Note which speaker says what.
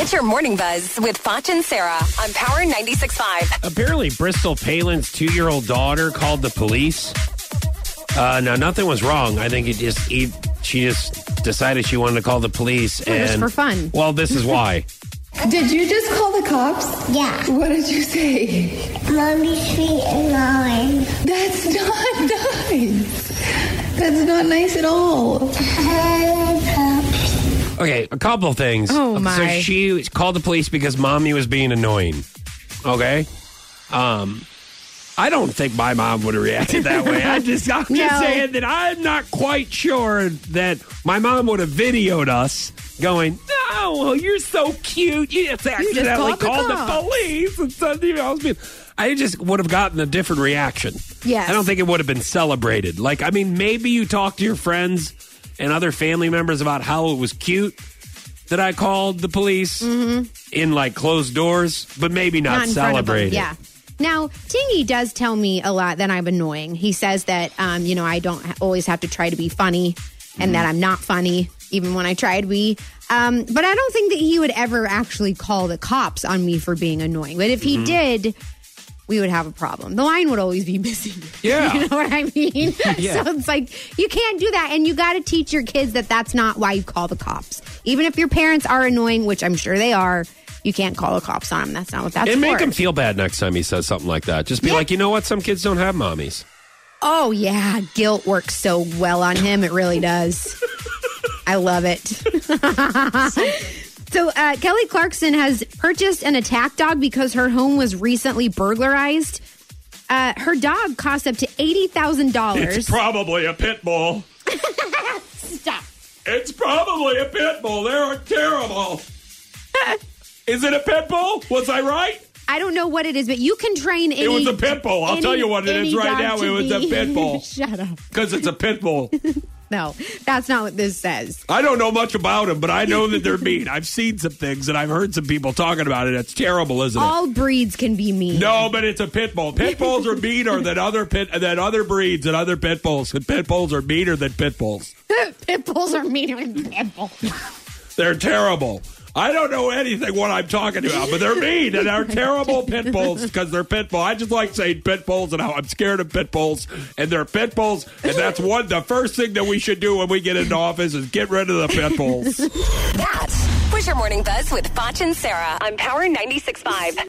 Speaker 1: It's your morning buzz with Foch and Sarah on Power 96.5.
Speaker 2: Apparently, Bristol Palin's two year old daughter called the police. Uh, now, nothing was wrong. I think it just he, she just decided she wanted to call the police.
Speaker 3: Well,
Speaker 2: and
Speaker 3: just for fun.
Speaker 2: Well, this is why.
Speaker 4: Did you just call the cops?
Speaker 5: Yeah.
Speaker 4: What did you say?
Speaker 5: Mommy's feet and mine.
Speaker 4: That's not nice. That's not nice at all.
Speaker 5: And pups.
Speaker 2: okay, a couple things.
Speaker 3: Oh,
Speaker 2: So
Speaker 3: my.
Speaker 2: she called the police because mommy was being annoying. Okay. Um. I don't think my mom would have reacted that way. I just, I'm just
Speaker 3: No.
Speaker 2: saying that I'm not quite sure that my mom would have videoed us going, "Oh, well, you're so cute. You just accidentally
Speaker 3: called the
Speaker 2: called the,
Speaker 3: cops."
Speaker 2: police." And suddenly I was being, I just would have gotten a different reaction.
Speaker 3: Yes.
Speaker 2: I don't think it would have been celebrated. Like, I mean, maybe you talk to your friends and other family members about how it was cute that I called the police in like closed doors, but maybe not,
Speaker 3: Mm-hmm. in front of them,
Speaker 2: celebrated.
Speaker 3: Yeah. Now, Tingy does tell me a lot that I'm annoying. He says that, um, you know, I don't ha- always have to try to be funny and
Speaker 2: Mm-hmm.
Speaker 3: that I'm not funny, even when I try to be. Um, but I don't think that he would ever actually call the cops on me for being annoying. But if
Speaker 2: Mm-hmm.
Speaker 3: he did, we would have a problem. The line would always be missing.
Speaker 2: Yeah.
Speaker 3: You know what I mean?
Speaker 2: Yeah.
Speaker 3: So it's like, you can't do that. And you got to teach your kids that that's not why you call the cops. Even if your parents are annoying, which I'm sure they are, you can't call the cops on them. That's not what that's
Speaker 2: And make
Speaker 3: for.
Speaker 2: him feel bad next time he says something like that. Just be
Speaker 3: Yeah.
Speaker 2: like, you know what? Some kids don't have mommies.
Speaker 3: Oh yeah, guilt works so well on him. It really does. I love it. so uh, Kelly Clarkson has purchased an attack dog because her home was recently burglarized. Uh, her dog cost up to eighty thousand dollars.
Speaker 2: probably a pit bull.
Speaker 3: Stop.
Speaker 2: It's probably a pit bull. They're terrible. Is it a pit bull? Was I right?
Speaker 3: I don't know what it is, but you can train any.
Speaker 2: It was a pit bull. I'll
Speaker 3: any-
Speaker 2: tell you what it
Speaker 3: any
Speaker 2: is right
Speaker 3: dog
Speaker 2: now.
Speaker 3: to
Speaker 2: It was a
Speaker 3: be-
Speaker 2: pit bull.
Speaker 3: Shut up.
Speaker 2: Because it's a pit bull.
Speaker 3: No, that's not what this says.
Speaker 2: I don't know much about them, but I know that they're mean. I've seen some things and I've heard some people talking about it. It's terrible, isn't it?
Speaker 3: All breeds can be mean.
Speaker 2: No, but it's a pit bull. Pit bulls are meaner than other pit than other breeds and other pit bulls. And pit bulls are meaner than pit bulls.
Speaker 3: pit bulls are meaner than pit bulls.
Speaker 2: They're terrible. I don't know anything what I'm talking about, but they're mean and they're terrible pit bulls because they're pit bull. I just like saying pit bulls and how I'm scared of pit bulls and they're pit bulls. And that's one the first thing that we should do when we get into office is get rid of the pit bulls.
Speaker 1: That was your morning buzz with Foch and Sarah on Power 96.5.